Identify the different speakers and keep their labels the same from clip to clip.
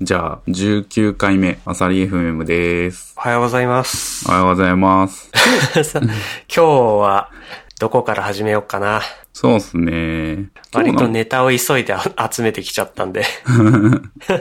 Speaker 1: じゃあ、19回目、アサリ FM です。
Speaker 2: おはようございます。
Speaker 1: おはようございます。
Speaker 2: さ今日は、どこから始めようかな。
Speaker 1: そうですね。今日
Speaker 2: 割と
Speaker 1: な、
Speaker 2: ネタを急いであ 集めてきちゃったんで。
Speaker 1: 今日、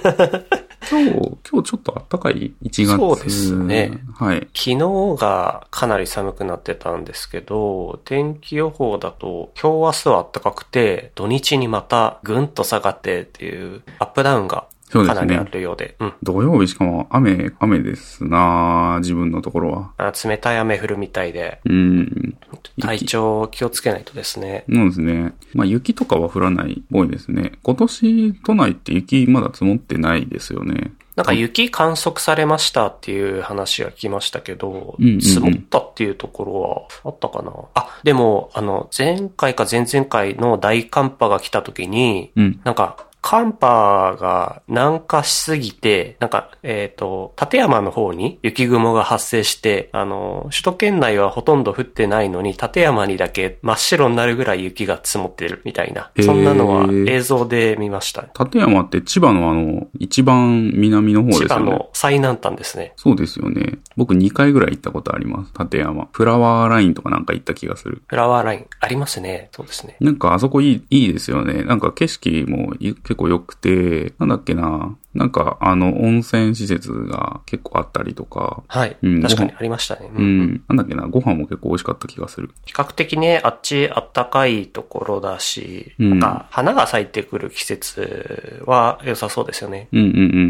Speaker 1: 今日ちょっと暖かい1月。
Speaker 2: そうですね。
Speaker 1: はい。
Speaker 2: 昨日がかなり寒くなってたんですけど、天気予報だと今日明日は暖かくて、土日にまたぐんと下がってっていうアップダウンが
Speaker 1: そうで
Speaker 2: か
Speaker 1: す
Speaker 2: なりあ
Speaker 1: ね。
Speaker 2: るようで、うん
Speaker 1: 土曜日しかも雨、雨ですな自分のところは。
Speaker 2: あ。冷たい雨降るみたいで、
Speaker 1: うん。
Speaker 2: 体調気をつけないとですね。
Speaker 1: そうですね。まあ雪とかは降らない、多いですね。今年都内って雪まだ積もってないですよね。
Speaker 2: なんか雪観測されましたっていう話が来ましたけど、
Speaker 1: うんうんうん
Speaker 2: 積もったっていうところはあったかなあ、でも、あの、前回か前々回の大寒波が来た時に、
Speaker 1: うん。
Speaker 2: なんか、寒波が南下しすぎて、なんか、えっ、と、立山の方に雪雲が発生して、あの、首都圏内はほとんど降ってないのに、立山にだけ真っ白になるぐらい雪が積もってるみたいな、
Speaker 1: へー
Speaker 2: そんなのは映像で見ました。
Speaker 1: 立山って千葉のあの、一番南の方です
Speaker 2: 千
Speaker 1: よ
Speaker 2: 葉
Speaker 1: ね。
Speaker 2: の最南端ですね。
Speaker 1: そうですよね。僕2回ぐらい行ったことあります。立山。フラワーラインとかなんか行った気がする。
Speaker 2: フラワーラインありますね。そうですね。
Speaker 1: なんかあそこいい、いいですよね。なんか景色もい結構良くて、なんだっけな。なんかあの温泉施設が結構あったりとか、
Speaker 2: はい。
Speaker 1: うん
Speaker 2: 確かにありましたね。う
Speaker 1: う。ん。なんだっけな、ご飯も結構美味しかった気がする。
Speaker 2: 比較的ね、あっちあったかいところだし、
Speaker 1: うん
Speaker 2: なんか花が咲いてくる季節は良さそうですよね。
Speaker 1: うんうんう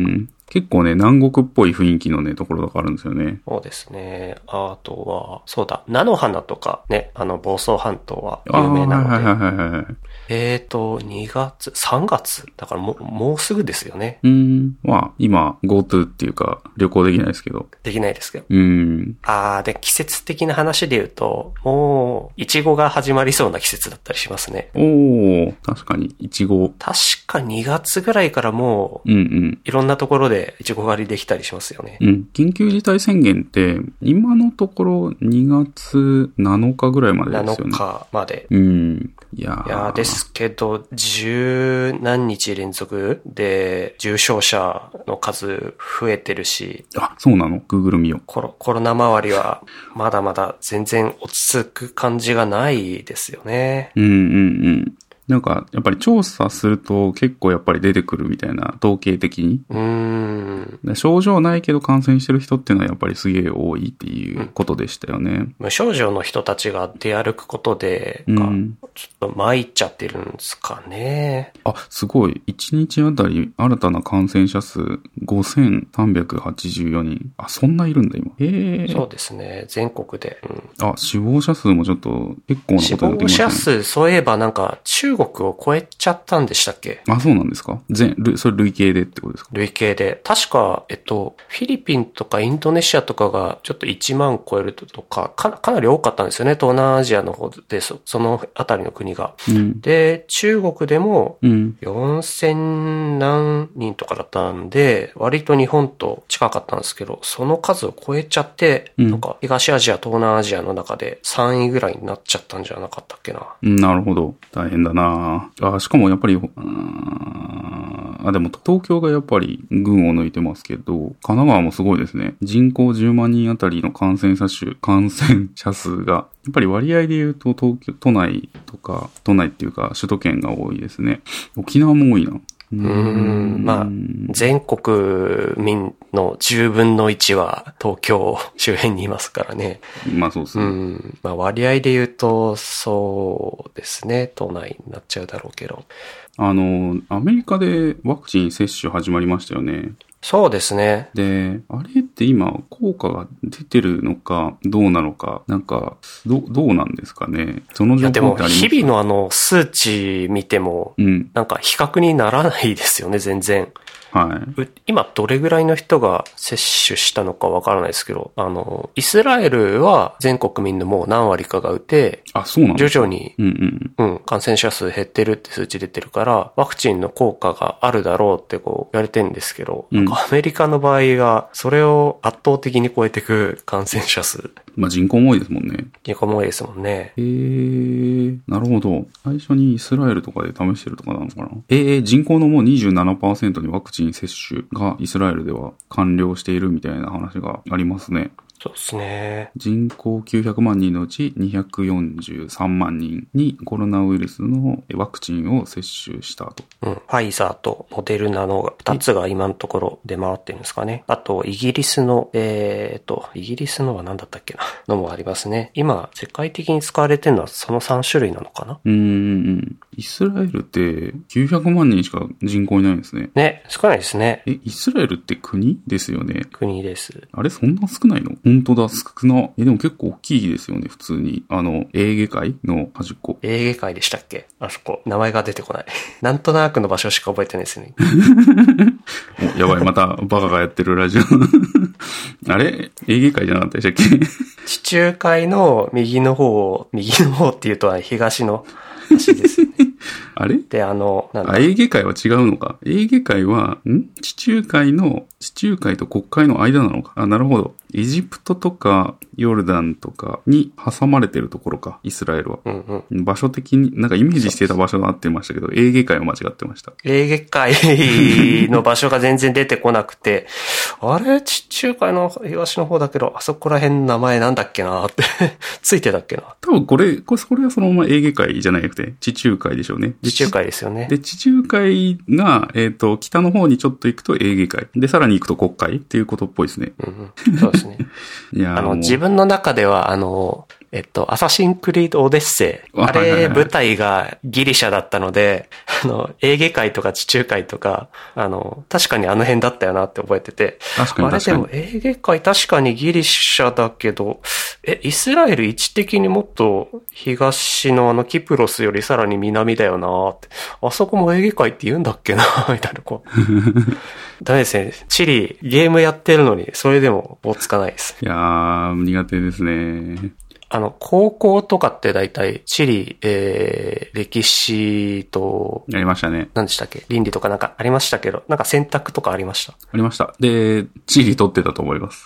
Speaker 1: ん。結構ね、南国っぽい雰囲気のね、ところとかあるんですよね。
Speaker 2: そうですね。あとは、そうだ、菜の花とかね、あの、房総半島は有名なので。
Speaker 1: あーはいはいはいはいはい。
Speaker 2: えーと、2月、3月だからもう、もうすぐですよね。
Speaker 1: うん。まあ、今、GoTo っていうか、旅行できないですけど。
Speaker 2: できないですけど。
Speaker 1: うん。
Speaker 2: あー、で、季節的な話で言うと、もう、イチゴが始まりそうな季節だったりしますね。
Speaker 1: おー、確かに、イチゴ。
Speaker 2: 確か2月ぐらいからもう、
Speaker 1: うんうん。
Speaker 2: いろんなところでイチゴ狩りできたりしますよね。
Speaker 1: うん。緊急事態宣言って、今のところ2月7日ぐらいまでですよ
Speaker 2: 7
Speaker 1: ね。
Speaker 2: 日まで。
Speaker 1: うん。いやー
Speaker 2: いやーですけど、十何日連続で重症者の数増えてるし、
Speaker 1: あ、そうなの ?Google 見よ
Speaker 2: コロコロナ周りはまだまだ全然落ち着く感じがないですよね。
Speaker 1: う。うんうんうん。なんか、やっぱり調査すると結構やっぱり出てくるみたいな、統計的に。
Speaker 2: うーん。
Speaker 1: で症状ないけど感染してる人っていうのはやっぱりすげえ多いっていうことでしたよね。
Speaker 2: 無症状の人たちが出歩くことで、
Speaker 1: うん。
Speaker 2: かちょっと参っちゃってるんですかね。
Speaker 1: あ、すごい。1日あたり新たな感染者数5384人。あ、そんないるんだ今。へえ。
Speaker 2: そうですね。全国で。うん
Speaker 1: あ、死亡者数もちょっと結構なことに
Speaker 2: 死
Speaker 1: なって
Speaker 2: 亡
Speaker 1: きま
Speaker 2: 者
Speaker 1: したね。
Speaker 2: 数、そういえばなんか中国を超えちゃったんでしたっけ
Speaker 1: あ、そうなんですか全、るそれ累計でってことですか
Speaker 2: 累計で。確か、えっと、フィリピンとかインドネシアとかがちょっと1万超えるとか、かかなり多かったんですよね。東南アジアの方で、そそのあたりの国が。
Speaker 1: うん。
Speaker 2: で、中国でも
Speaker 1: うん。
Speaker 2: 4000何人とかだったんで、割と日本と近かったんですけど、その数を超えちゃって、
Speaker 1: うん
Speaker 2: なんか東アジア、東南アジアの中で3位ぐらいになっちゃったんじゃなかったっけな。
Speaker 1: うんなるほど。大変だなあ、しかもやっぱり、うーんあ、でも東京がやっぱり群を抜いてますけど、神奈川もすごいですね。人口10万人あたりの感染者数、感染者数が、やっぱり割合で言うと東京、都内とか、都内っていうか首都圏が多いですね。沖縄も多いな。うー
Speaker 2: うーんまあ全国民の10分の1は東京周辺にいますからね。
Speaker 1: まあそうです
Speaker 2: う
Speaker 1: ね。
Speaker 2: ん。まあ割合で言うと、そうですね。都内になっちゃうだろうけど。
Speaker 1: あの、アメリカでワクチン接種始まりましたよね。
Speaker 2: そうですね。
Speaker 1: で、あれって今、効果が出てるのか、どうなのか、なんか、ど、どうなんですかね。その
Speaker 2: い
Speaker 1: 状況
Speaker 2: や
Speaker 1: って
Speaker 2: で
Speaker 1: あり
Speaker 2: も、
Speaker 1: ます
Speaker 2: 日々のあの、数値見ても、
Speaker 1: うん。
Speaker 2: なんか比較にならないですよね、 全然。
Speaker 1: はい。
Speaker 2: う今どれぐらいの人が接種したのかわからないですけど、あの、イスラエルは全国民のもう何割かが打て、
Speaker 1: あ、そうなんだ
Speaker 2: 徐。々に、
Speaker 1: うんうん。
Speaker 2: うん、感染者数減ってるって数値出てるから、ワクチンの効果があるだろうってこう言われてんですけど、
Speaker 1: うん
Speaker 2: なんかアメリカの場合が、それを圧倒的に超えてく感染者数、
Speaker 1: まあ人口も多いですもんね。
Speaker 2: 結構多いですもんね。
Speaker 1: へえ、なるほど。最初にイスラエルとかで試してるとかなのかな。ええ、人口のもう27%にワクチン接種がイスラエルでは完了しているみたいな話がありますね。
Speaker 2: そうですね。
Speaker 1: 人口900万人のうち243万人にコロナウイルスのワクチンを接種したと。
Speaker 2: うん。ファイザーとモデルナの2つが今のところ出回ってるんですかね。あと、イギリスの、えーと、イギリスのは何だったっけな のもありますね。今、世界的に使われてるのはその3種類なのかな
Speaker 1: うーん。イスラエルって900万人しか人口いないんですね。
Speaker 2: ね、少ないですね。
Speaker 1: え、イスラエルって国ですよね。
Speaker 2: 国です。
Speaker 1: あれそんな少ないの本当だ、少な。え、でも結構大きいですよね、普通に。あの、エーゲ海の端っこ。
Speaker 2: エーゲ海でしたっけあそこ。名前が出てこない。 なんとなくの場所しか覚えてないですね。
Speaker 1: お、やばい、またバカがやってるラジオ。 あれエーゲ海じゃなかったでしたっけ
Speaker 2: 地中海の右の方を、右の方っていうとは東の端です ね。
Speaker 1: あれ
Speaker 2: で、あの、なんだ
Speaker 1: あ、エーゲ海は違うのか。エーゲ海は、ん地中海の、地中海と国海の間なのか。あ、なるほど。エジプトとか、ヨルダンとかに挟まれてるところか、イスラエルは。
Speaker 2: うんうん。
Speaker 1: 場所的に、なんかイメージしてた場所が合ってましたけど、エーゲ海は間違ってました。
Speaker 2: エーゲ海の場所が全然出てこなくて、あれ地中海の東の方だけど、あそこら辺の名前なんだっけなって、 ついてたっけな
Speaker 1: 多分これ、これ、これはそのままエーゲ海じゃなくて、地中海でしょうね。で
Speaker 2: 地中海ですよね。
Speaker 1: で、地中海が、えっ、と、北の方にちょっと行くとエーゲ海。で、さらに行くと国海っていうことっぽいですね。
Speaker 2: うんうん、そうですね。
Speaker 1: いやー
Speaker 2: あ
Speaker 1: も
Speaker 2: の、
Speaker 1: う
Speaker 2: 自分の中では、あの、えっと、アサシンクリードオデッセイ。
Speaker 1: あ
Speaker 2: あ
Speaker 1: はいはい
Speaker 2: れ、
Speaker 1: はい
Speaker 2: 舞台がギリシャだったので、あの、エーゲ海とか地中海とか、あの、確かにあの辺だったよなって覚えてて。
Speaker 1: 確かに
Speaker 2: あれ
Speaker 1: 確
Speaker 2: で
Speaker 1: か
Speaker 2: も
Speaker 1: に。、
Speaker 2: エーゲ海確かにギリシャだけど、え、イスラエル位置的にもっと東のあのキプロスよりさらに南だよなって。あそこもエーゲ海って言うんだっけな みたいな、こう。 ダメですね。チリ、ゲームやってるのに、それでもぼつかないです。
Speaker 1: いやー、苦手ですね。
Speaker 2: あの、高校とかって大体、地理、えー、歴史と、
Speaker 1: やりましたね。
Speaker 2: 何でしたっけ倫理とかなんかありましたけど、なんか選択とかありました。
Speaker 1: ありました。で、地理取ってたと思い ます。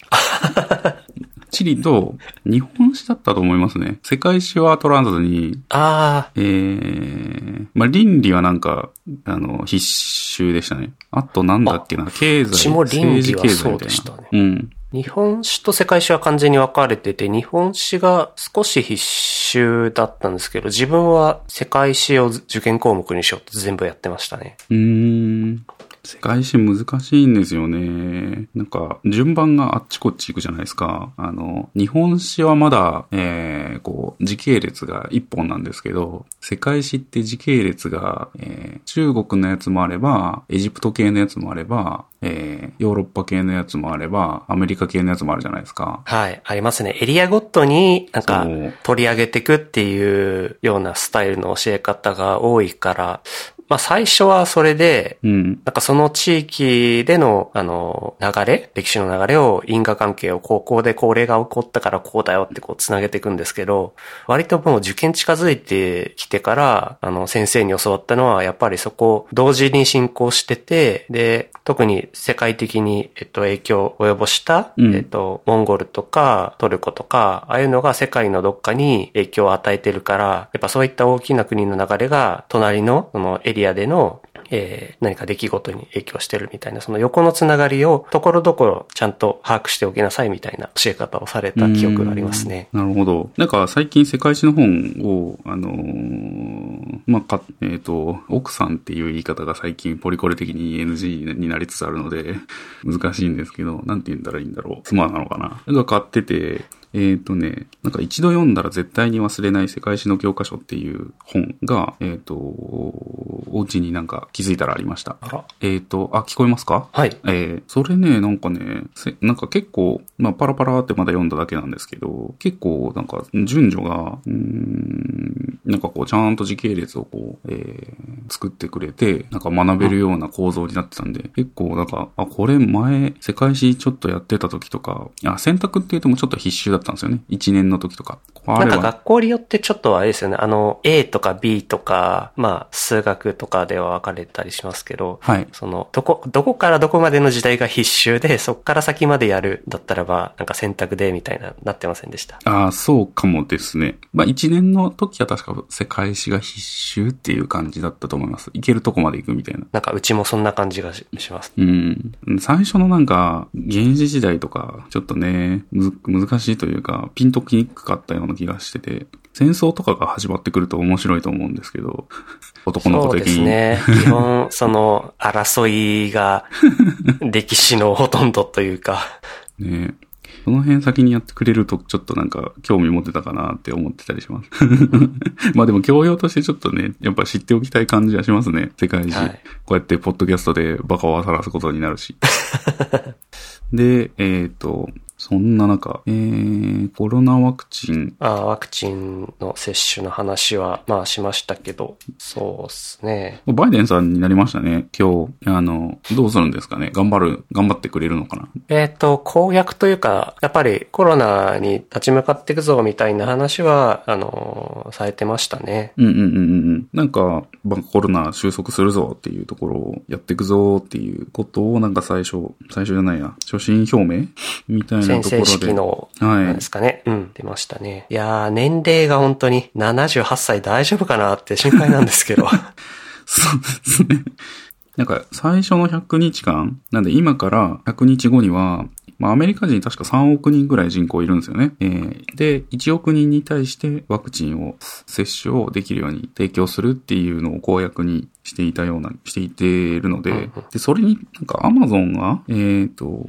Speaker 1: 地理と日本史だったと思いますね。世界史は取らずに、
Speaker 2: あ
Speaker 1: えー、まあ、倫理はなんか、あの、必修でしたね。あとなんだっけな、経済、
Speaker 2: うちも倫理は
Speaker 1: 政治経済みたいな
Speaker 2: そうでしたね
Speaker 1: うん。
Speaker 2: ー、日本史と世界史は完全に分かれてて、日本史が少し必修だったんですけど、自分は世界史を受験項目にしようと全部やってましたね。
Speaker 1: うーん。世界史難しいんですよね。なんか、順番があっちこっち行くじゃないですか。あの、日本史はまだ、えー、こう、時系列が一本なんですけど、世界史って時系列が、えー、中国のやつもあれば、エジプト系のやつもあれば、えー、ヨーロッパ系のやつもあれば、アメリカ系のやつもあるじゃないですか。
Speaker 2: はい、ありますね。エリアごとになんか
Speaker 1: そう
Speaker 2: 取り上げていくっていうようなスタイルの教え方が多いから、まあ最初はそれで、
Speaker 1: うん。
Speaker 2: なんかその地域での、あの、流れ、歴史の流れを因果関係をこう、こうでこれが起こったからこうだよってこう繋げていくんですけど、割ともう受験近づいてきてから、あの、先生に教わったのは、やっぱりそこを同時に進行してて、で、特に世界的に、えっと、影響を及ぼした、
Speaker 1: うん
Speaker 2: えっと、モンゴルとかトルコとか、ああいうのが世界のどっかに影響を与えてるから、やっぱそういった大きな国の流れが、隣の、そのエリアでのえー何か出来事に影響してるみたいな、その横のつながりをところどころちゃんと把握しておきなさいみたいな教え方をされた記憶がありますね。
Speaker 1: なるほど。なんか最近世界史の本を、あのーまあ、か、えっ、と、奥さんっていう言い方が最近ポリコレ的に NG になりつつあるので、難しいんですけど、なんて言うんだらいいんだろう。妻なのかな。が買ってて、えっ、とね、なんか一度読んだら絶対に忘れない世界史の教科書っていう本が、えっ、と、お家になんか気づいたらありました。
Speaker 2: あら。
Speaker 1: えっ、と、あ、聞こえますか
Speaker 2: はい。
Speaker 1: えーそれね、なんかね、せなんか結構、まあ、パラパラってまだ読んだだけなんですけど、結構、なんか、順序が、うーん、なんかこう、ちゃんと時系列をこう、えー作ってくれて、なんか学べるような構造になってたんで、結構、なんか、あ、これ前、世界史ちょっとやってた時とか、あ、選択って言うともちょっと必修だったったんですよね。1年の時とか。あ
Speaker 2: なん
Speaker 1: れ
Speaker 2: か
Speaker 1: は、
Speaker 2: 学校によってちょっとあれですよね。あの、A とか B とか、まあ、数学とかでは分かれたりしますけど、
Speaker 1: はい。
Speaker 2: その、どこ、どこからどこまでの時代が必修で、そっから先までやるだったらば、なんか選択で、みたいな、なってませんでした。
Speaker 1: ああ、そうかもですね。まあ、1年の時は確か世界史が必修っていう感じだったと思います。行けるとこまで行くみたいな。
Speaker 2: なんか、うちもそんな感じがしします。
Speaker 1: うん。最初のなんか、原始時代とか、ちょっとね、むず難しいというか、ピンときにくかったような気がしてて、戦争とかが始まってくると面白いと思うんですけど、男の
Speaker 2: そ
Speaker 1: 子
Speaker 2: う
Speaker 1: 的
Speaker 2: で
Speaker 1: に。
Speaker 2: すね。基本、その、争い が、歴史のほとんどというか、
Speaker 1: ねその辺先にやってくれると、ちょっとなんか、興味持てたかなって思ってたりします。 まあでも、教養としてちょっとね、やっぱ知っておきたい感じはしますね、世界中。
Speaker 2: はい
Speaker 1: こうやって、ポッドキャストでバカを漁らすことになる し。で、えっ、と、そんな中、えー、コロナワクチン
Speaker 2: あーワクチンの接種の話は、まあ、しましたけど、そうですね。
Speaker 1: バイデンさんになりましたね、今日。あの、どうするんですかね頑張る、頑張ってくれるのかな
Speaker 2: えっ、と、公約というか、やっぱりコロナに立ち向かっていくぞみたいな話は、あのーされてましたね。
Speaker 1: うんうんうんうんうん。なんか、まあコロナ収束するぞっていうところをやっていくぞっていうことを、なんか最初、最初じゃないや、初心表明みたいなと
Speaker 2: 先
Speaker 1: ころ
Speaker 2: 生
Speaker 1: で。
Speaker 2: 式の、
Speaker 1: はい
Speaker 2: なんですかね。うん、出ましたね。いやー、年齢が本当に78歳大丈夫かなって心配なんですけ ど。
Speaker 1: そうですね。なんか、最初の100日間、なんで今から100日後には、まあ、アメリカ人確か3億人ぐらい人口いるんですよね。えーで、1億人に対してワクチンを、接種をできるように提供するっていうのを公約にしていたような、していているの
Speaker 2: うんう
Speaker 1: で
Speaker 2: ん、
Speaker 1: で、それになんか Amazon が、えっ、と、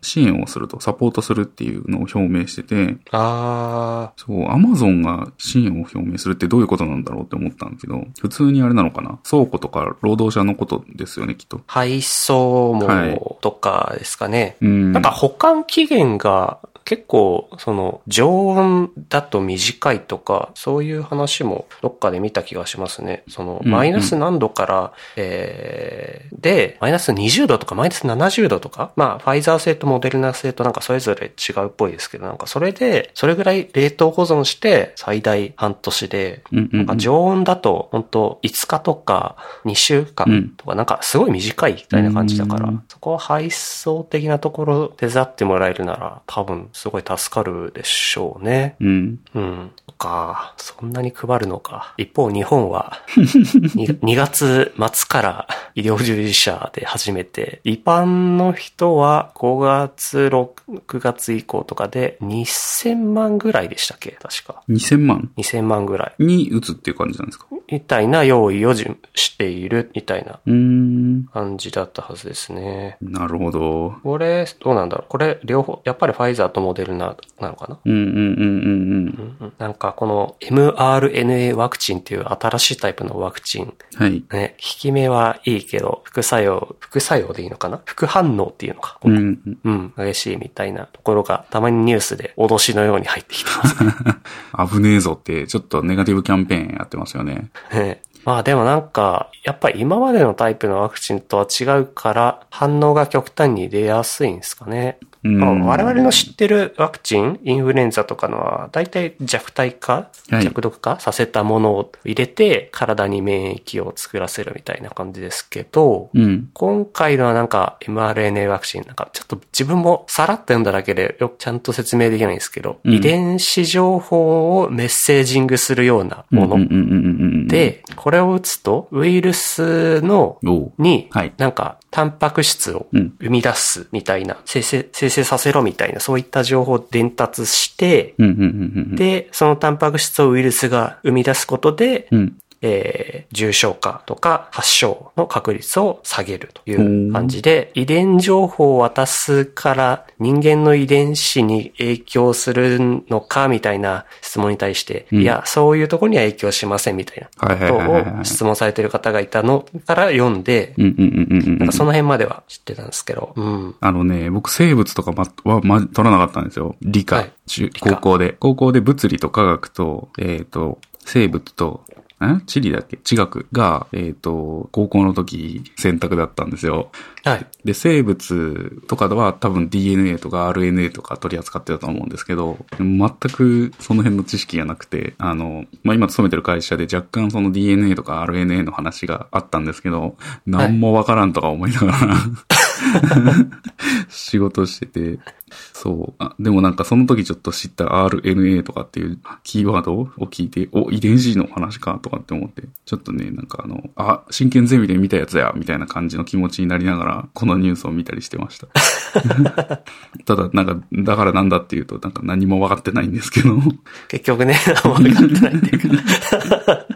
Speaker 1: 支援をすると、サポートするっていうのを表明してて、
Speaker 2: あ
Speaker 1: そう、アマゾンが支援を表明するってどういうことなんだろうって思ったんですけど、普通にあれなのかな倉庫とか労働者のことですよね、きっと。
Speaker 2: ー、配送
Speaker 1: はい
Speaker 2: 網とかですかね。
Speaker 1: うん。
Speaker 2: なんか保管期限が結構、その、常温だと短いとか、そういう話もどっかで見た気がしますね。その、
Speaker 1: うん
Speaker 2: マイナス何度から、えー、で、マイナス20度とかマイナス70度とか、まあ、ファイザー製とモデルナ製となんかそれぞれ違うっぽいですけど、なんかそれで、それぐらい冷凍保存して、最大半年で、
Speaker 1: うんうんう
Speaker 2: なんんか常温だと、本当5日とか2週間とか、なんかすごい短いみたいな感じだか
Speaker 1: う
Speaker 2: ら
Speaker 1: ん、
Speaker 2: そこは配送的なところ手伝ってもらえるなら、多分すごい助かるでしょうね。
Speaker 1: うん。
Speaker 2: うん。そっか、そんなに配るのか。一方、日本は、2月末から医療従事者で始めて、一般の人は5月、6月以降とかで2000万ぐらいでしたっけ確か。
Speaker 1: 2000万
Speaker 2: 2000万ぐらい。
Speaker 1: に打つっていう感じなんですか
Speaker 2: みたいな用意をじゅしているみたいな
Speaker 1: うーん。
Speaker 2: 感じだったはずですね。
Speaker 1: なるほど。
Speaker 2: これ、どうなんだろうこれ、両方、やっぱりファイザーとモデルナなのかな
Speaker 1: うんうんうんうんうん。
Speaker 2: うんなんかこの mRNA ワクチンっていう新しいタイプのワクチン。
Speaker 1: はい。
Speaker 2: ね、効き目はいいけど、副作用、副作用でいいのかな副反応っていうのか。
Speaker 1: うんうん。
Speaker 2: うん、激しいみたいなところが、たまにニュースで脅しのように入ってきてます
Speaker 1: 危ねえぞって、ちょっとネガティブキャンペーンやってますよね。
Speaker 2: ねまあでもなんか、やっぱり今までのタイプのワクチンとは違うから、反応が極端に出やすいんですかね。
Speaker 1: うん
Speaker 2: まあ我々の知ってるワクチン、インフルエンザとかのは、大体弱体化、
Speaker 1: はい
Speaker 2: 弱毒化させたものを入れて、体に免疫を作らせるみたいな感じですけど、
Speaker 1: うん。
Speaker 2: 今回のはなんか mRNA ワクチン、なんかちょっと自分もさらっと読んだだけでよくちゃんと説明できないんですけど、
Speaker 1: うん
Speaker 2: 遺伝子情報をメッセージングするようなもの
Speaker 1: うんうんうんうんうん。、
Speaker 2: で、これを打つと、ウイルスの、
Speaker 1: おう
Speaker 2: に
Speaker 1: はい、
Speaker 2: なんか、タンパク質を
Speaker 1: うん
Speaker 2: 生み出すみたいな、生成、生成させろみたいな、そういった情報を伝達して、
Speaker 1: うんうんうん
Speaker 2: で、そのタンパク質をウイルスが生み出すことで、
Speaker 1: うん。うん。
Speaker 2: えー重症化とか発症の確率を下げるとい
Speaker 1: ほう
Speaker 2: う感じで、遺伝情報を渡すから人間の遺伝子に影響するのかみたいな質問に対して、
Speaker 1: うん
Speaker 2: いや、そういうところには影響しませんみたいな
Speaker 1: はいはいはいはい
Speaker 2: ことを質問されてる方がいたのから読んで、
Speaker 1: うんうんうんうんうん。
Speaker 2: なんかその辺までは知ってたんですけど、うん。
Speaker 1: あのね、僕生物とかま、は、ま、取らなかったんですよ。理科、
Speaker 2: はい
Speaker 1: 中
Speaker 2: 理科
Speaker 1: 高校で。高校で物理と科学と、えっ、と、生物と、ん地理だっけ地学が、えっ、と、高校の時選択だったんですよ。
Speaker 2: はい。
Speaker 1: で、生物とかでは多分 DNA とか RNA とか取り扱ってたと思うんですけど、全くその辺の知識がなくて、あの、まあ、今勤めてる会社で若干その DNA とか RNA の話があったんですけど、何もわからんとか思いながら、 仕事してて、そう。あ、でもなんかその時ちょっと知った RNA とかっていうキーワードを聞いて、お、遺伝子の話かとかって思って、ちょっとね、なんかあの、あ、真剣ゼミで見たやつやみたいな感じの気持ちになりながら、このニュースを見たりしてました。ただ、なんか、だからなんだっていうと、なんか何も分かってないんですけど。
Speaker 2: 結局ね、あんま分かってないっていうか。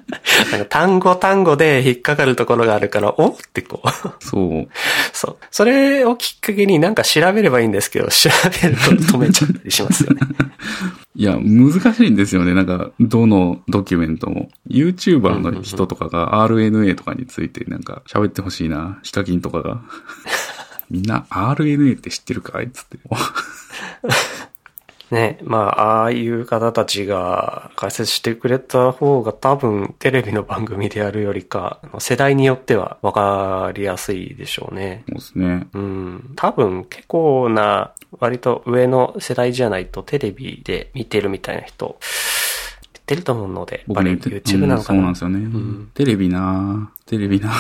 Speaker 2: なんか単語単語で引っかかるところがあるから、おってこう。
Speaker 1: そう。
Speaker 2: そう。それをきっかけになんか調べればいいんですけど、 調べると止めちゃったりしま すよね。
Speaker 1: いや、難しいんですよね。なんか、どのドキュメントも。YouTuber の人とかが RNA とかについてなんか喋ってほしいな。ヒカキンとか が。みんな RNA って知ってるかいつって。
Speaker 2: ね、まあ、ああいう方たちが解説してくれた方が多分テレビの番組でやるよりか、あの世代によっては分かりやすいでしょうね。
Speaker 1: そうですね。
Speaker 2: うん、多分結構な割と上の世代じゃないとテレビで見てるみたいな人出ると思うので、やっぱり
Speaker 1: て
Speaker 2: YouTube なのか
Speaker 1: うん
Speaker 2: な。
Speaker 1: そうなんですよね。
Speaker 2: うん
Speaker 1: テレビなテレビな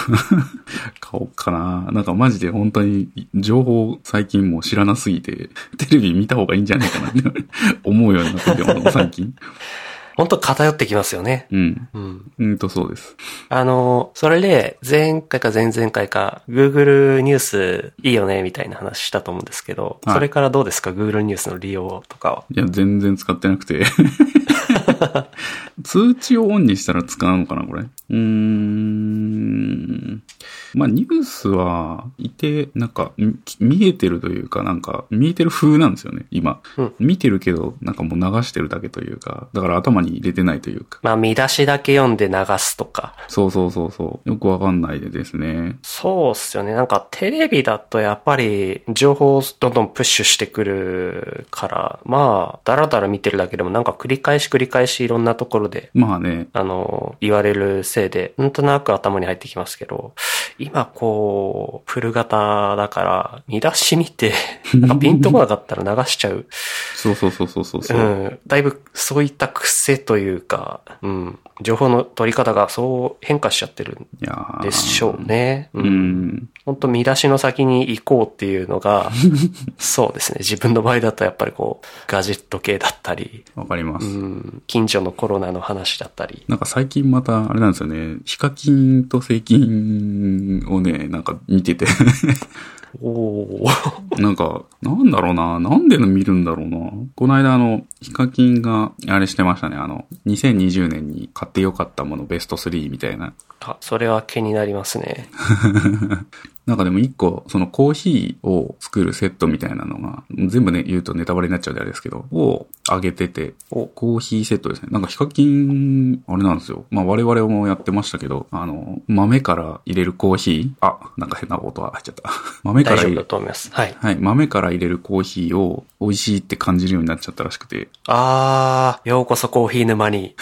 Speaker 1: 買おうかななんかマジで本当に情報最近もう知らなすぎて、テレビ見た方がいいんじゃないかなって思うようになってて、俺も最近。
Speaker 2: 本当偏ってきますよね。
Speaker 1: うん。
Speaker 2: うん。
Speaker 1: うんとそうです。
Speaker 2: あの、それで前回か前々回か Google ニュースいいよねみたいな話したと思うんですけど、
Speaker 1: はい
Speaker 2: それからどうですか Google ニュースの利用とかは。
Speaker 1: いや、全然使ってなくて。 通知をオンにしたら使うのかな、これ。うーん。まあ、ニュースはいて、なんか、み見えてるというか、なんか、見えてる風なんですよね、今。
Speaker 2: うん
Speaker 1: 見てるけど、なんかもう流してるだけというか、だから頭に入れてないというか。
Speaker 2: まあ見出しだけ読んで流すとか。
Speaker 1: そうそうそうそう。よくわかんないでですね。
Speaker 2: そうっすよね。なんかテレビだとやっぱり情報をどんどんプッシュしてくるから、まあ、だらだら見てるだけでもなんか繰り返し繰り返しいろんなところで、
Speaker 1: まあね、
Speaker 2: あの、言われるせいで、なんとなく頭に入ってきますけど、今こう、プル型だから、見出し 見て、なんかピンとこなかったら流しちゃう。
Speaker 1: そうそうそうそう そう
Speaker 2: う
Speaker 1: そう。
Speaker 2: ん。だいぶそういった癖というか、うん。情報の取り方がそう変化しちゃってるん
Speaker 1: いやー
Speaker 2: でしょう。ね。
Speaker 1: う。ん。
Speaker 2: 本当見出しの先に行こうっていうの が、そうですね。自分の場合だとやっぱりこう、ガジェット系だったり、
Speaker 1: わかります
Speaker 2: う。ん、近所のコロナの話だったり。
Speaker 1: なんか最近また、あれなんですよね。ヒカキンとセイキンをね、なんか見てて。
Speaker 2: おおー
Speaker 1: なんか、なんだろうな。なんで見るんだろうな。この間あの、ヒカキンが、あれしてましたね。あの、2020年に買ってよかったものベスト3みたいな。
Speaker 2: あ、それは気になりますね。
Speaker 1: なんかでも一個、そのコーヒーを作るセットみたいなのが、全部ね、言うとネタバレになっちゃうんであれですけど、をあげてて、
Speaker 2: お
Speaker 1: コーヒーセットですね。なんかヒカキン、あれなんですよ。まあ我々もやってましたけど、あの、豆から入れるコーヒー、あ、なんか変な音が入っちゃった。 豆か
Speaker 2: 大
Speaker 1: ら
Speaker 2: 丈夫
Speaker 1: 入
Speaker 2: だ
Speaker 1: れ、
Speaker 2: と思います。はい。
Speaker 1: はい、豆から入れるコーヒーを美味しいって感じるようになっちゃったらしくて、
Speaker 2: あー、ようこそコーヒー沼に。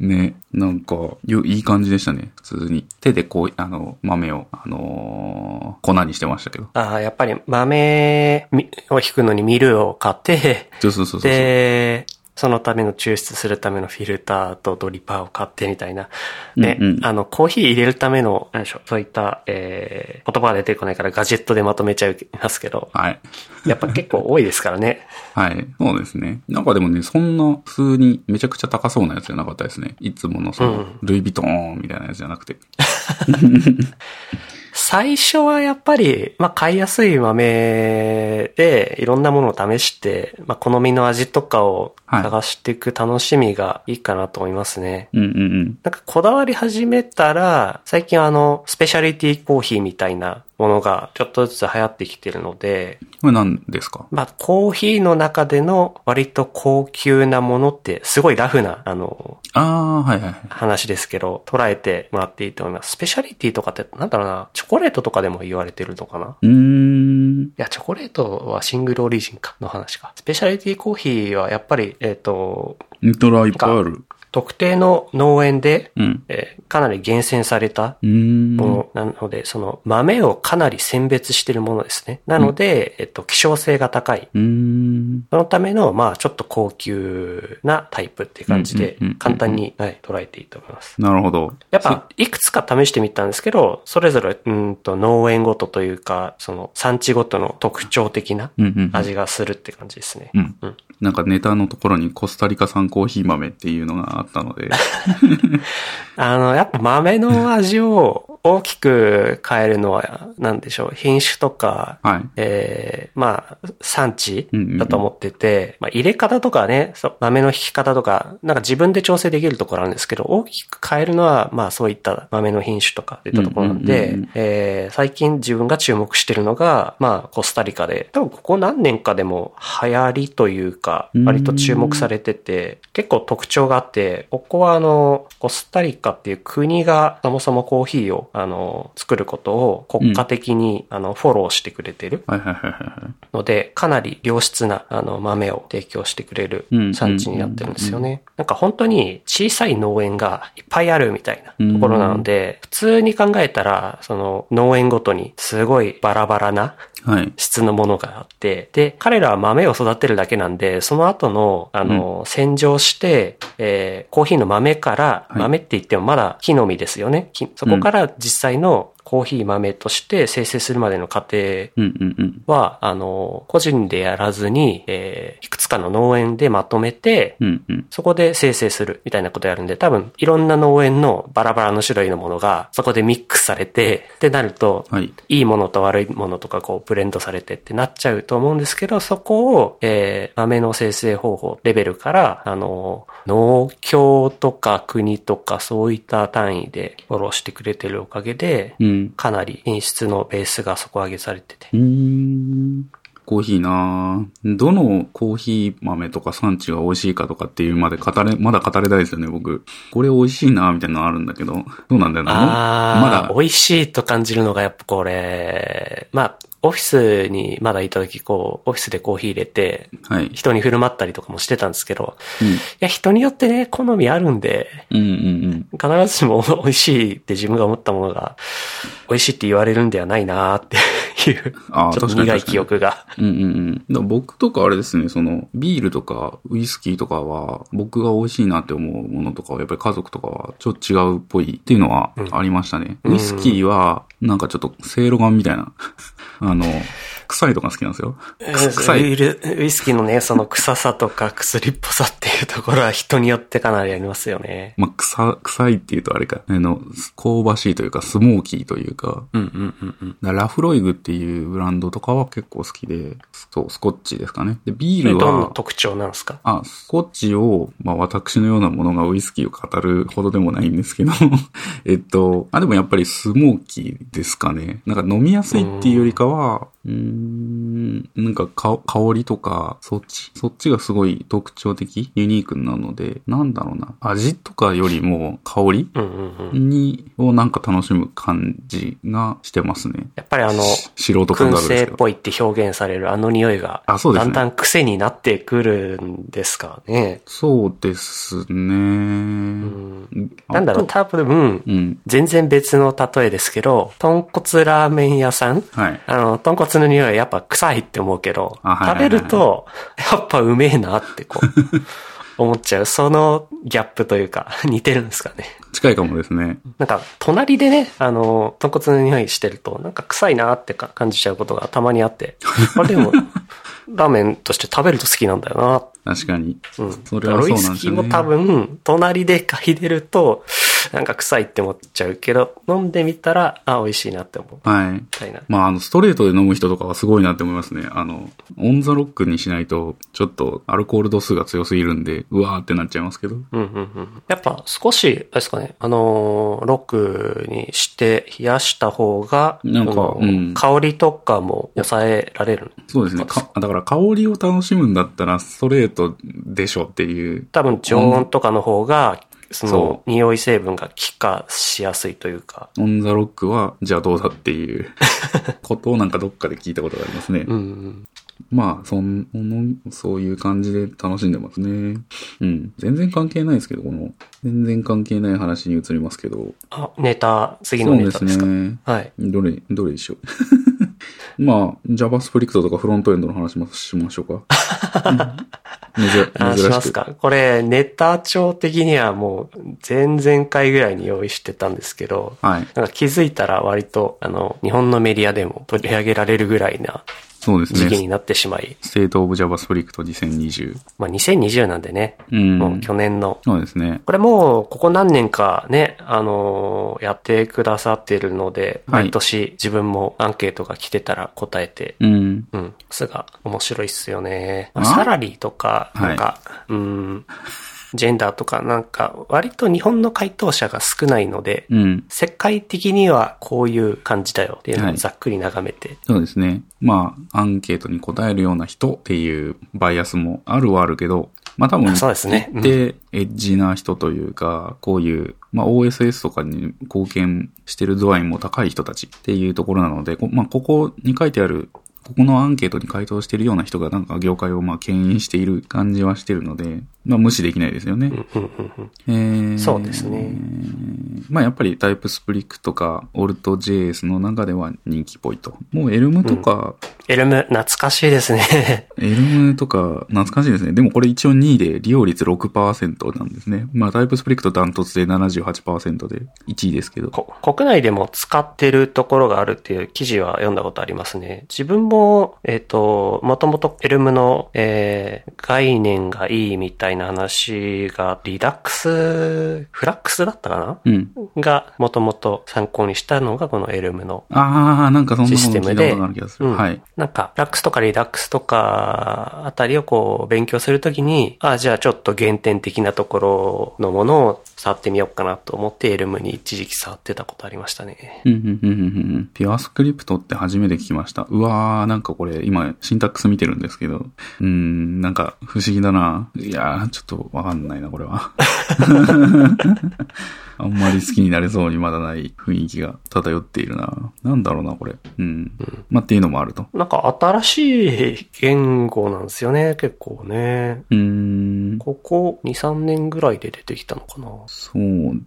Speaker 1: ね、なんか、よいい感じでしたね。普通に。手でこう、あの、豆を、あのー粉にしてましたけど。
Speaker 2: あー、やっぱり豆みを引くのにミルを買って、
Speaker 1: そうそうそうそう。
Speaker 2: で、そのための抽出するためのフィルターとドリパーを買ってみたいな。で、
Speaker 1: うんうん
Speaker 2: あの、コーヒー入れるための、なんでしょう、そういった、えー、言葉が出てこないからガジェットでまとめちゃいますけど、
Speaker 1: はい。
Speaker 2: やっぱ結構多いですからね。
Speaker 1: はい。そうですね。なんかでもね、そんな普通にめちゃくちゃ高そうなやつじゃなかったですね。いつものその、ルイ・ヴィトンみたいなやつじゃなくて。
Speaker 2: 最初はやっぱり、まあ、買いやすい豆で、いろんなものを試して、まあ、好みの味とかを探していく楽しみがいいかなと思いますね。
Speaker 1: うんうんうん。
Speaker 2: なんかこだわり始めたら、最近あの、スペシャリティコーヒーみたいなものがちょっとずつ流行ってきてるので、
Speaker 1: これ何ですか
Speaker 2: まあコーヒーの中での割と高級なものって、すごいラフな、あの、
Speaker 1: あー、はいはいはい。
Speaker 2: 話ですけど、捉えてもらっていいと思います。スペシャリティとかって、なんだろうな、チョコレートとかでも言われてるのかな
Speaker 1: うーん。
Speaker 2: いや、チョコレートはシングルオリジンか、の話か。スペシャリティコーヒーはやっぱり、えっ、と、
Speaker 1: ニトラいっぱいある。
Speaker 2: と特定の農園で、
Speaker 1: うん。
Speaker 2: えーかなり厳選された
Speaker 1: うーん。
Speaker 2: ものなので、その豆をかなり選別してるものですね。なので、えっと、希少性が高い。
Speaker 1: うーん。
Speaker 2: そのための、まあ、ちょっと高級なタイプっていう感じで
Speaker 1: うんうんうんうん、
Speaker 2: 簡単に、はい、捉えていいと思います。
Speaker 1: なるほど。
Speaker 2: やっぱ、いくつか試してみたんですけど、それぞれ、うんと、農園ごとというか、その、産地ごとの特徴的な
Speaker 1: うんうんうん。
Speaker 2: 味がするって感じですね。
Speaker 1: うん
Speaker 2: うん。
Speaker 1: なんかネタのところにコスタリカ産コーヒー豆っていうのがあったの で。
Speaker 2: あの、やっぱ豆の味を大きく変えるのは、なんでしょう、品種とか、
Speaker 1: はい。
Speaker 2: えーまあ、産地
Speaker 1: うんうんうん
Speaker 2: だと思ってて、まあ、入れ方とかね、そう豆の引き方とか、なんか自分で調整できるところあるんですけど、大きく変えるのは、まあそういった豆の品種とかっていったところなん
Speaker 1: うんうん
Speaker 2: で
Speaker 1: うんうん、
Speaker 2: えー最近自分が注目してるのが、まあコスタリカで、多分ここ何年かでも流行りというか
Speaker 1: うん、
Speaker 2: 割と注目されてて、結構特徴があって、ここはあの、コスタリカっていう国がそもそもコーヒーを、あの、作ることを国家的に、あの、フォローしてくれてる。
Speaker 1: はいはいはいはいはい。
Speaker 2: ので、かなり良質なあの豆を提供してくれる
Speaker 1: うん
Speaker 2: 産地になってるんですよね。なんか本当に小さい農園がいっぱいあるみたいなところなので、普通に考えたら、その農園ごとにすごいバラバラな
Speaker 1: はい。
Speaker 2: 質のものがあって、で、彼らは豆を育てるだけなんで、その後の、あの、洗浄して、えーコーヒーの豆から、
Speaker 1: はい
Speaker 2: 豆って言ってもまだ木の実ですよね。木そこから実際のコーヒー豆として生成するまでの過程
Speaker 1: うんうんうん。
Speaker 2: は、あの、個人でやらずに、えーいくつかの農園でまとめて、
Speaker 1: うんうん。
Speaker 2: そこで生成するみたいなことやるんで、多分、いろんな農園のバラバラの種類のものが、そこでミックスされて、ってなると、
Speaker 1: はい。
Speaker 2: いいものと悪いものとかこうブレンドされてってなっちゃうと思うんですけど、そこを、えー、豆の生成方法レベルから、あの、農協とか国とかそういった単位でフォローしてくれてるおかげで、
Speaker 1: うん。
Speaker 2: かなり品質のベースが底上げされてて
Speaker 1: う。ーん。コーヒーなぁどのコーヒー豆とか産地が美味しいかとかっていうまで語れ、まだ語れないですよね、僕。これ美味しいなぁみたいなのあるんだけど、どうなんだよな。ま
Speaker 2: ああ、
Speaker 1: だ、
Speaker 2: 美味しいと感じるのがやっぱこれ、まあ、オフィスにまだいた時こう、オフィスでコーヒー入れて、
Speaker 1: はい。うん
Speaker 2: 人に振る舞ったりとかもしてたんですけど、いや、人によってね、好みあるんで、
Speaker 1: うんうんうん。
Speaker 2: 必ずしも美味しいって自分が思ったものが、美味しいって言われるんではないなーっていう、ち
Speaker 1: あ
Speaker 2: ょ
Speaker 1: あ、
Speaker 2: っと
Speaker 1: 確かに確かに。
Speaker 2: 苦い記憶が。
Speaker 1: うんうんうん。だから僕とかあれですね、その、ビールとかウイスキーとかは、僕が美味しいなって思うものとかは、やっぱり家族とかはちょっと違うっぽいっていうのはありましたね。
Speaker 2: うん
Speaker 1: ウイスキーは、なんかちょっと、せいろがんみたいな。 あの、臭いとか好きなんですよ。く臭
Speaker 2: ウ
Speaker 1: い。
Speaker 2: イルウイスキーのね、その臭さとか薬っぽさっていうところは人によってかなりありますよね。
Speaker 1: まあ、臭、臭いっていうとあれか、あの、香ばしいというか、スモーキーというか、
Speaker 2: うんうんうんうん。
Speaker 1: だからラフロイグっていうブランドとかは結構好きで、そう、スコッチですかね。で、ビールは、
Speaker 2: どんな特徴なんですか
Speaker 1: あ、スコッチを、まあ私のようなものがウイスキーを語るほどでもないんですけど、 えっと、あ、でもやっぱりスモーキーですかね。なんか飲みやすいっていうよりかは、うーん、なんかか香りとか、そっち、そっちがすごい特徴的、ユニークなので、なんだろうな、味とかよりも香り
Speaker 2: うんうんうん。
Speaker 1: に、をなんか楽しむ感じがしてますね。
Speaker 2: やっぱりあの、
Speaker 1: し素人感
Speaker 2: 燻
Speaker 1: があるんで
Speaker 2: 製
Speaker 1: す
Speaker 2: っ
Speaker 1: けど。
Speaker 2: ぽいって表現されるあの匂いが、
Speaker 1: あそうです
Speaker 2: だ
Speaker 1: ね
Speaker 2: んだん癖になってくるんですからね。
Speaker 1: そうですね。
Speaker 2: うん
Speaker 1: あ
Speaker 2: なんだろう、
Speaker 1: と
Speaker 2: 多分、
Speaker 1: うん。
Speaker 2: 全然別の例えですけど、豚骨ラーメン屋さん
Speaker 1: はい。
Speaker 2: あの、豚骨の匂いはやっぱ臭いって思うけど、
Speaker 1: あはいはい
Speaker 2: 食
Speaker 1: はいはい
Speaker 2: べると、やっぱうめえなって こう、思っちゃう。そのギャップというか、似てるんですかね。
Speaker 1: 近いかもですね。
Speaker 2: なんか、隣でね、あの、豚骨の匂いしてると、なんか臭いなってか感じちゃうことがたまに あって、あれでも、ラーメンとして食べると好きなんだよなって
Speaker 1: 確かに。
Speaker 2: うん。
Speaker 1: それはそうなんですよね
Speaker 2: ウイスキーも多分、隣で嗅いでると、なんか臭いって思っちゃうけど、飲んでみたら、あ、美味しいなって思う。み
Speaker 1: はい。
Speaker 2: たいな。
Speaker 1: まあ、あの、ストレートで飲む人とかはすごいなって思いますね。あの、オンザロックにしないと、ちょっとアルコール度数が強すぎるんで、うわーってなっちゃいますけど。
Speaker 2: うんうんうん。やっぱ少し、あれですかね、あのーロックにして冷やした方が、
Speaker 1: なんか
Speaker 2: あの
Speaker 1: うん
Speaker 2: 香りとかも抑えられる。
Speaker 1: そうですね。かだから、香りを楽しむんだったら、ストレートでしょっていう。
Speaker 2: 多分常温とかの方が、そ
Speaker 1: そ
Speaker 2: の、匂い成分が気化しやすいというか。
Speaker 1: オンザロックは、じゃあどうだっていうことをなんかどっかで聞いたことがありますね。
Speaker 2: うんうん。
Speaker 1: まあ、そんの、そういう感じで楽しんでますね。うん。全然関係ないですけど、この、全然関係ない話に移りますけど。
Speaker 2: あ、ネタ、次のネタですか。
Speaker 1: そうですね。
Speaker 2: はい。
Speaker 1: どれ、どれにしよう。 まあ、JavaScript とかフロントエンドの話もしましょ うか。うん、珍
Speaker 2: あ、
Speaker 1: 珍
Speaker 2: し
Speaker 1: し
Speaker 2: ま
Speaker 1: く
Speaker 2: すか。これ、ネタ帳的にはもう、前々回ぐらいに用意してたんですけど、
Speaker 1: はい。
Speaker 2: なんか気づいたら割と、あの、日本のメディアでも取り上げられるぐらいな
Speaker 1: そうです
Speaker 2: 時期
Speaker 1: ね。
Speaker 2: になってしまい、
Speaker 1: ステートオブ JavaScript 2020。
Speaker 2: まあ2020なんでね、
Speaker 1: うん。
Speaker 2: もう去年の、
Speaker 1: そうですね。
Speaker 2: これもう、ここ何年かね、あのーやってくださってるので、
Speaker 1: はい
Speaker 2: 毎年自分もアンケートが来てたら答えて、
Speaker 1: うん。
Speaker 2: うん、すが面白いっすよね。
Speaker 1: あ
Speaker 2: サラリーとか、
Speaker 1: はい
Speaker 2: なんか、うん、ジェンダーとか、なんか、割と日本の回答者が少ないので、
Speaker 1: うん。
Speaker 2: 世界的にはこういう感じだよっていうの
Speaker 1: は
Speaker 2: を
Speaker 1: い
Speaker 2: ざっくり眺めて、
Speaker 1: そうですね。まあ、アンケートに答えるような人っていうバイアスもあるはあるけど、まあ多分、
Speaker 2: あそうですね。うん
Speaker 1: で、エッジな人というか、こういう、まあ OSS とかに貢献してる度合いも高い人たちっていうところなので、こまあここに書いてある、ここのアンケートに回答してるような人がなんか業界をまあ牽引している感じはしてるので、まあ無視できないですよね。
Speaker 2: うんうんうん
Speaker 1: えー
Speaker 2: そうですね。
Speaker 1: まあやっぱりタイプスプリックとか、オルト JS の中では人気っぽいと。もうエルムとか、
Speaker 2: エルム、懐かしいですね。
Speaker 1: エルムとか懐かしいですね。でもこれ一応2位で利用率6%なんですね。まあタイプスプリックとダントツで78%で1位ですけど。
Speaker 2: こ国内でも使ってるところがあるっていう記事は読んだことありますね。自分も、えっ、と、もともとエルムの、えー概念がいいみたいな話が、リダックス、フラックスだったか
Speaker 1: うん。
Speaker 2: なが、もともと参考にしたのがこのエルムの
Speaker 1: あー、なんかそんなこ
Speaker 2: シ
Speaker 1: と聞
Speaker 2: ステ
Speaker 1: いたこ
Speaker 2: ム
Speaker 1: と
Speaker 2: で、
Speaker 1: がある気がする。
Speaker 2: うん
Speaker 1: はい。
Speaker 2: なんか、ラックスとかリダックスとか、あたりをこう、勉強するときに、あ、じゃあちょっと原点的なところのものを触ってみようかなと思って、エルムに一時期触ってたことありましたね。
Speaker 1: うんうんうんうんうんピュアスクリプトって初めて聞きました。うわー、なんかこれ今シンタックス見てるんですけど。うーん、なんか不思議だな。いやー、ちょっとわかんないな、これ は。あんまり好きになれそうにまだない雰囲気が漂っているな。なんだろうな、これ。うん。まあ、っていうのもあると。
Speaker 2: なんか、新しい言語なんですよね、結構ね。
Speaker 1: うーん。
Speaker 2: ここ2、3年ぐらいで出てきたのかな。
Speaker 1: そう、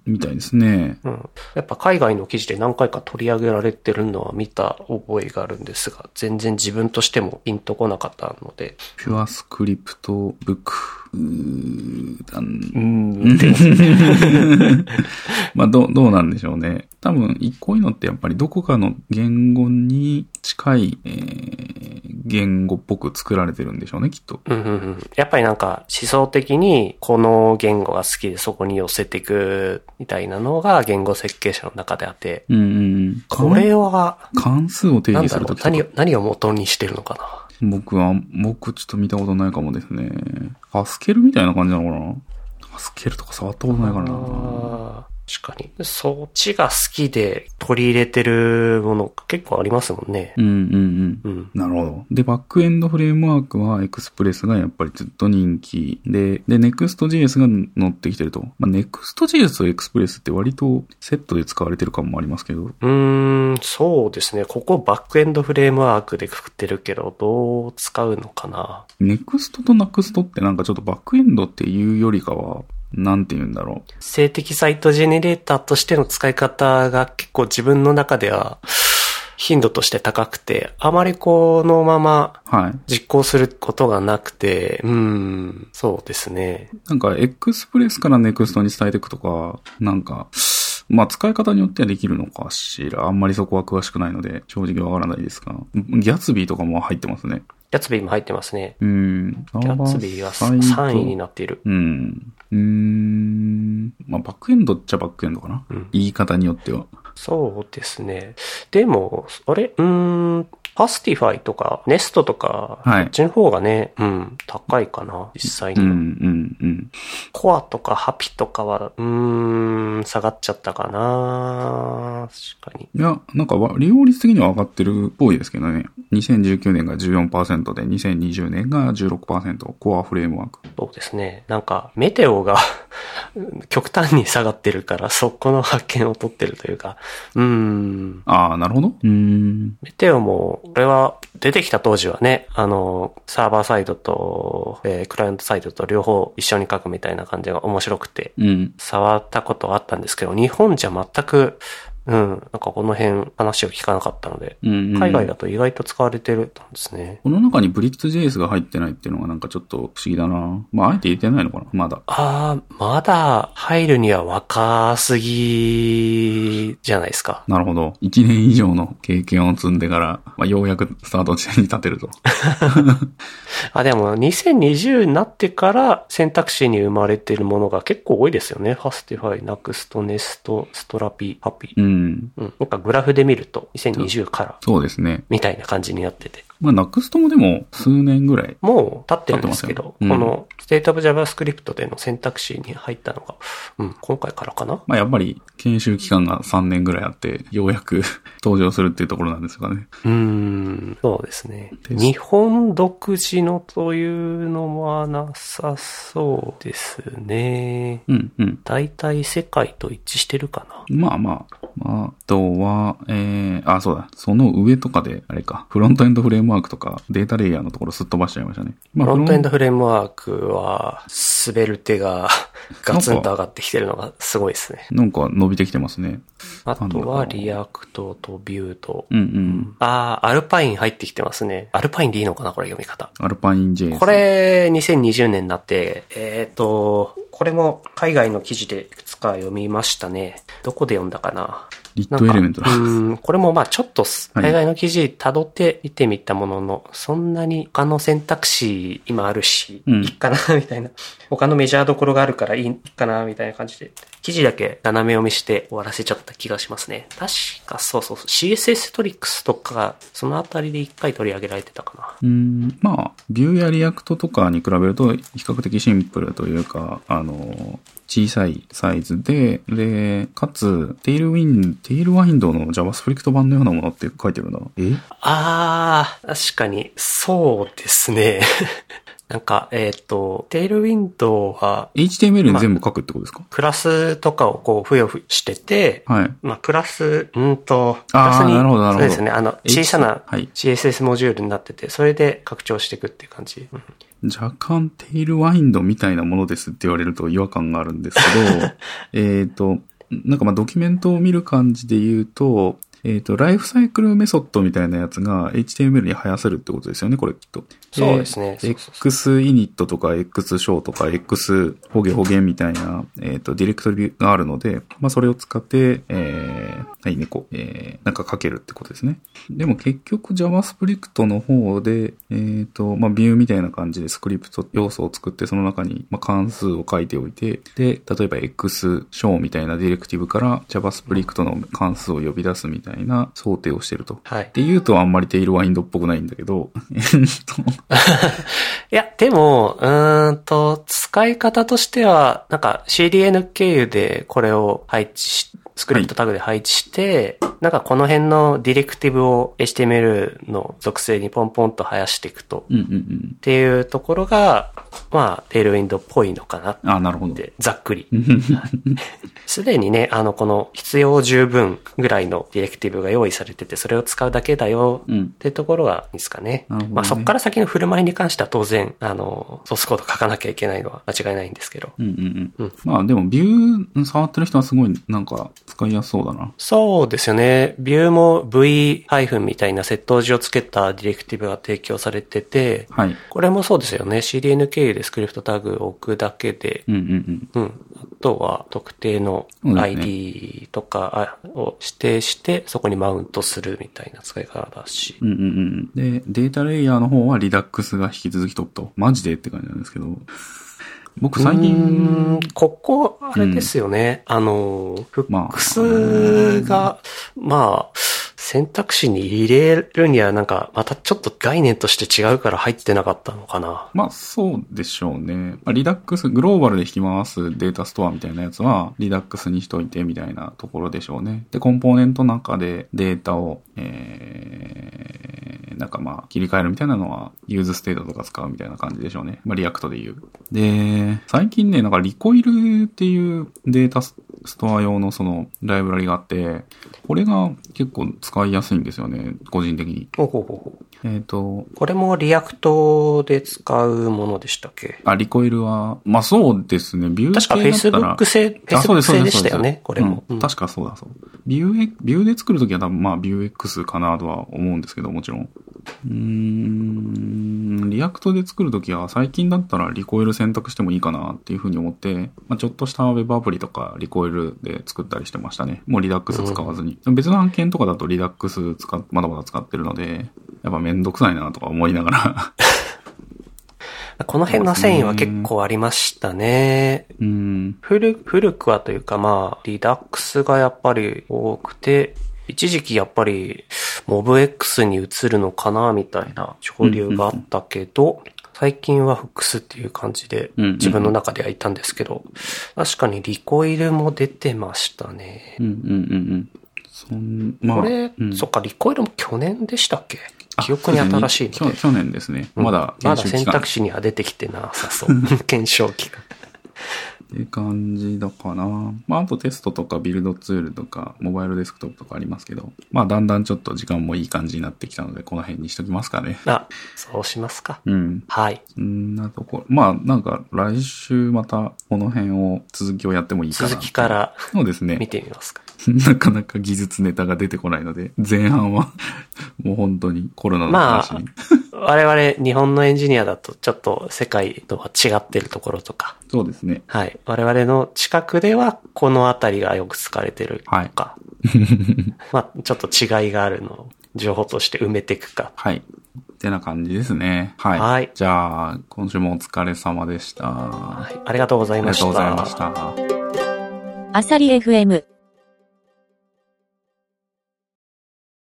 Speaker 1: みたいですね。
Speaker 2: うん。やっぱ海外の記事で何回か取り上げられてるのは見た覚えがあるんですが、全然自分としてもピンとこなかったので、
Speaker 1: ピュアスクリプトブック。うーなん
Speaker 2: うん、でも
Speaker 1: まあ、どう、どうなんでしょうね。多分、一個いいのってやっぱりどこかの言語に近い、えー、言語っぽく作られてるんでしょうね、きっと。
Speaker 2: うんうんうんやっぱりなんか思想的にこの言語が好きでそこに寄せていくみたいなのが言語設計者の中であって、
Speaker 1: うんうん。
Speaker 2: これは、
Speaker 1: 関数を定
Speaker 2: なん
Speaker 1: 義
Speaker 2: だ
Speaker 1: すると
Speaker 2: ろう
Speaker 1: き、と
Speaker 2: 何
Speaker 1: か
Speaker 2: を、何を元にしてるのか
Speaker 1: 僕は、僕ちょっと見たことないかもですね。ハスケルみたいな感じなのかなハスケルとか触ったことないか
Speaker 2: な。
Speaker 1: らな。
Speaker 2: あー確かに。そっちが好きで取り入れてるもの結構ありますもんね。
Speaker 1: うんうんうん。
Speaker 2: うん。
Speaker 1: なるほど。で、バックエンドフレームワークはエクスプレスがやっぱりずっと人気で、で、Next.js が乗ってきてると。まあ、Next.js とエクスプレスって割とセットで使われてる感もありますけど。
Speaker 2: うーん、そうですね。ここバックエンドフレームワークでくくってるけど、どう使うのかな。
Speaker 1: Next と Next ってなんかちょっとバックエンドっていうよりかは、なんて言うんだろう。
Speaker 2: 性的サイトジェネレーターとしての使い方が結構自分の中では頻度として高くて、あまりこのまま
Speaker 1: はい。
Speaker 2: 実行することがなくて、うん、そうですね。
Speaker 1: なんか、エクスプレスからネクストに伝えていくとか、なんか、まあ、使い方によってはできるのかしら。あんまりそこは詳しくないので、正直わからないですが。ギャツビーとかも入ってますね。
Speaker 2: ギャツビーも入ってますね。
Speaker 1: うん。
Speaker 2: ギャツビーが
Speaker 1: サーバサイト
Speaker 2: 3位になっている。
Speaker 1: うん。うーん。まあ、バックエンドっちゃバックエンドかな。
Speaker 2: うん
Speaker 1: 言い方によっては。
Speaker 2: そうですね。でも、あれうーん、パスティファイとか、ネストとか、
Speaker 1: はい
Speaker 2: こっちの方がね、うん、高いかな、実際
Speaker 1: う
Speaker 2: に
Speaker 1: ん、う
Speaker 2: は。
Speaker 1: ん、うん。
Speaker 2: コアとかハピとかは、うーん、下がっちゃったかな確かに。
Speaker 1: いや、なんかわ、利用率的には上がってるっぽいですけどね。2019年が14%で、2020年が16%。コアフレームワーク。
Speaker 2: そうですね。なんか、メテオが、 極端に下がってるから、そこの発見を取ってるというか、うーん。
Speaker 1: ああ、なるほど。うーん。
Speaker 2: メテオも、これは出てきた当時はね、あの、サーバーサイドと、えークライアントサイドと両方一緒に書くみたいな感じが面白くて、
Speaker 1: うん。
Speaker 2: 触ったことはあったんですけど、日本じゃ全く、うん、なんかこの辺話を聞かなかったので、
Speaker 1: うん、うん。
Speaker 2: 海外だと意外と使われてるんですね。
Speaker 1: この中にブリッツ JS が入ってないっていうのがなんかちょっと不思議だなまあ、あえて入れてないのかなまだ。
Speaker 2: ああ、まだ入るには若すぎじゃないですか。
Speaker 1: なるほど。1年以上の経験を積んでから、まあ、ようやくスタート地点に立てると。
Speaker 2: あ、でも2020になってから選択肢に生まれてるものが結構多いですよね。ファスティファイ、ナクスト、ネスト、ストラピ、ハピ
Speaker 1: う。ん。
Speaker 2: うん。なんかグラフで見ると2020から
Speaker 1: そうですね。
Speaker 2: みたいな感じになってて。
Speaker 1: まあ、ナクストもでも数年ぐらい。
Speaker 2: もう経ってるんですけど、
Speaker 1: 経ってますよ
Speaker 2: こ
Speaker 1: うん
Speaker 2: の State of JavaScript での選択肢に入ったのが、うん、今回からかな
Speaker 1: まあ、やっぱり研修期間が3年ぐらいあって、ようやく 登場するっていうところなんですかね。
Speaker 2: うーん、そうですね。
Speaker 1: です
Speaker 2: 日本独自のというのはなさそうですね。
Speaker 1: うん、うん。
Speaker 2: 大体世界と一致してるかな。
Speaker 1: まあまあ、まあ、あとは、えー、あ、そうだ。その上とかで、あれか、フロントエンドフレームワークとか、データレイヤーのところすっ飛ばしちゃいましたね。まあ、
Speaker 2: フロントエン
Speaker 1: ド
Speaker 2: ドフレームワークは、滑る 手がガツンと上がってきてるのがすごいですね。
Speaker 1: なんか伸びてきてますね。
Speaker 2: あと
Speaker 1: なん
Speaker 2: は
Speaker 1: だろう
Speaker 2: リアクトとビューと。
Speaker 1: うんうん。
Speaker 2: ああ、アルパイン入ってきてますね。アルパインでいいのかなこれ読み方。
Speaker 1: アルパイン JS。
Speaker 2: こ。れ、2020年になって、えっ、と、これも海外の記事でいくつか読みましたね。どこで読んだかな
Speaker 1: リッ
Speaker 2: なんか
Speaker 1: トエレメントだ。
Speaker 2: うん、これもまあちょっとす
Speaker 1: はい
Speaker 2: 海外の記事辿って見てみたものの、そんなに他の選択肢今あるし、
Speaker 1: うん
Speaker 2: いっかな、 みたいな。他のメジャーどころがあるからいいかな、みたいな感じで。記事だけ斜め読みして終わらせちゃった気がしますね。確かそうそうそう CSS トリックスとか、そのあたりで一回取り上げられてたかな。
Speaker 1: うん、まあ、ビューやリアクトとかに比べると、比較的シンプルというか、あの、小さいサイズで、で、かつ、テイルウィン、テイルワインドの JavaScript 版のようなものって書いてるんだ。え
Speaker 2: あー、確かに、そうですね。 なんか、えっ、と、テールウィンドウは、
Speaker 1: ?HTML に全部書くってことですか、
Speaker 2: クラスとかをこう、付与してて、
Speaker 1: はい。
Speaker 2: まあ、クラス、うんと、ク
Speaker 1: あー
Speaker 2: ラスに、
Speaker 1: なるほどなるほど
Speaker 2: そうですね、あの、
Speaker 1: H-
Speaker 2: 小さな
Speaker 1: はい
Speaker 2: CSS モジュールになってて、それで拡張していくっていう感じ。うん
Speaker 1: 若干テイルワインドみたいなものですって言われると違和感があるんですけど、えっと、なんかまあドキュメントを見る感じで言うと、えっ、と、ライフサイクルメソッドみたいなやつが HTML に生やせるってことですよね、これきっと。
Speaker 2: そうですねそうそう
Speaker 1: X イニットとか X ショーとか X ホゲホゲみたいな、えっ、と、ディレクトリがあるので、まあそれを使って、えー、はい、猫、えー、なんか書けるってことですね。でも結局 JavaScript の方で、えっ、と、まあ、ビューみたいな感じでスクリプト要素を作って、その中に、まあ、関数を書いておいて、で、例えば X ショーみたいなディレクティブから JavaScript の関数を呼び出すみたいな想定をしてると。っ
Speaker 2: はい。
Speaker 1: て言うとあんまりテイルワインドっぽくないんだけど、 えっと、
Speaker 2: いや、でも、うーんと、使い方としては、なんか CDN 経由でこれを配置し、スクリプトタグで配置して、なんかこの辺のディレクティブを HTML の属性にポンポンと生やしていくと。
Speaker 1: うんうんうん
Speaker 2: っ。ていうところが、まあ、テールウィンドっぽいのかなっ
Speaker 1: あ、なるほど。
Speaker 2: て、ざ っくり。すでにね、あの、この必要十分ぐらいのディレクティブが用意されてて、それを使うだけだよ
Speaker 1: うん
Speaker 2: ってところがいいですかね。
Speaker 1: なるほどね
Speaker 2: まあ、そこから先の振る舞いに関しては当然、あの、ソースコード書かなきゃいけないのは間違いないんですけど。
Speaker 1: うんうんう
Speaker 2: うんん。
Speaker 1: まあでもビュー触ってる人はすごいなんか使いやすそうだな。
Speaker 2: そうですよね。ビューも V- みたいな窃盗時をつけたディレクティブが提供されてて、
Speaker 1: はい。
Speaker 2: これもそうですよね。CDN 経由でスクリプトタグを置くだけで、
Speaker 1: うんうん
Speaker 2: うん。あとは、特定の
Speaker 1: そうですね
Speaker 2: ID とかあを指定して、そこにマウントするみたいな使い方だし。
Speaker 1: うん。うんうんうん。で、データレイヤーの方はリダックスが引き続きトップと。マジでって感じなんですけど。僕最
Speaker 2: うー
Speaker 1: 近
Speaker 2: ん、ここ、あれですよね。あの、フ
Speaker 1: まあ
Speaker 2: ックスが、まあ、選択肢に入れるにはなんか、またちょっと概念として違うから入ってなかったのかな。
Speaker 1: まあそうでしょうね。まあ、リダックス、グローバルで引き回すデータストアみたいなやつは、リダックスにしといてみたいなところでしょうね。で、コンポーネントの中でデータを、えー、なんかまあ、切り替えるみたいなのは、ユーズステートとか使うみたいな感じでしょうね。まあ、リアクトで言う。で、最近ね、なんかリコイルっていうデータストア用のそのライブラリがあって、これが結構使いやすいんですよね、個人的に。
Speaker 2: ほうほうほうほう。
Speaker 1: えっ、と、
Speaker 2: これもリアクトで使うものでしたっけ
Speaker 1: あ、リコイルは、まあそうですね、ビュー
Speaker 2: 確か
Speaker 1: 系だったら
Speaker 2: Facebook 製、
Speaker 1: あそう
Speaker 2: Facebook
Speaker 1: すそう
Speaker 2: 製で
Speaker 1: そ
Speaker 2: し
Speaker 1: う
Speaker 2: たよね、これも。
Speaker 1: うん
Speaker 2: うん
Speaker 1: 確かそうだそう。ビュー、ビューで作るときは多分まあビュー X かなとは思うんですけど、もちろん。うーん、リアクトで作るときは最近だったらリコイル選択してもいいかなっていうふうに思って、まあちょっとした Web アプリとかリコイルで作ったりしてましたね。もうリダックス使わずに。別の案件とかだとリダックス使っ、まだまだ使ってるので、やっぱめんどくさいなとか思いながら。
Speaker 2: この辺の繊維は結構ありましたね。
Speaker 1: うん。
Speaker 2: 古く、古くはというかまあ、リダックスがやっぱり多くて、一時期やっぱり、モブ X に移るのかな、みたいな潮流があったけど、最近はフックスっていう感じで
Speaker 1: うんうんうん、
Speaker 2: 自分の中ではいたんですけど、確かにリコイルも出てましたね。
Speaker 1: うんうんうんうん。そん、まあ。
Speaker 2: これ、
Speaker 1: うん
Speaker 2: そっか、リコイルも去年でしたっけ
Speaker 1: あ
Speaker 2: 記憶に新しいので
Speaker 1: そうですね去去年ですね。
Speaker 2: うん
Speaker 1: まだ研
Speaker 2: まだ
Speaker 1: 修
Speaker 2: 選
Speaker 1: 期間っ
Speaker 2: 択肢には出てきてな さそう。検証期間。
Speaker 1: て感じだかな。まあ、あとテストとかビルドツールとか、モバイルデスクトップとかありますけど、まあ、だんだんちょっと時間もいい感じになってきたので、この辺にしときますかね。
Speaker 2: あ、そうしますか。
Speaker 1: うん。
Speaker 2: はい。
Speaker 1: そんなところ。まあ、なんか、来週また、この辺を、続きをやってもいいかな。
Speaker 2: 続きか。ら
Speaker 1: そうですね
Speaker 2: 見。てみますか。
Speaker 1: なかなか技術ネタが出てこないので、前半は、 もう本当にコロナの話に。
Speaker 2: 我々日本のエンジニアだとちょっと世界とは違ってるところとか、
Speaker 1: そうですね。
Speaker 2: はい。我々の近くではこの辺りがよく使われてるとか、 まあちょっと違いがあるのを情報として埋めていくか。
Speaker 1: はい。ってな感じですね。はい。
Speaker 2: はい
Speaker 1: じゃあ、今週もお疲れ様でした。
Speaker 2: はい。ありがとうござ
Speaker 1: あ
Speaker 2: い
Speaker 1: りが
Speaker 2: まし
Speaker 1: とうござい
Speaker 2: た
Speaker 1: まし。た。
Speaker 3: アサリ FM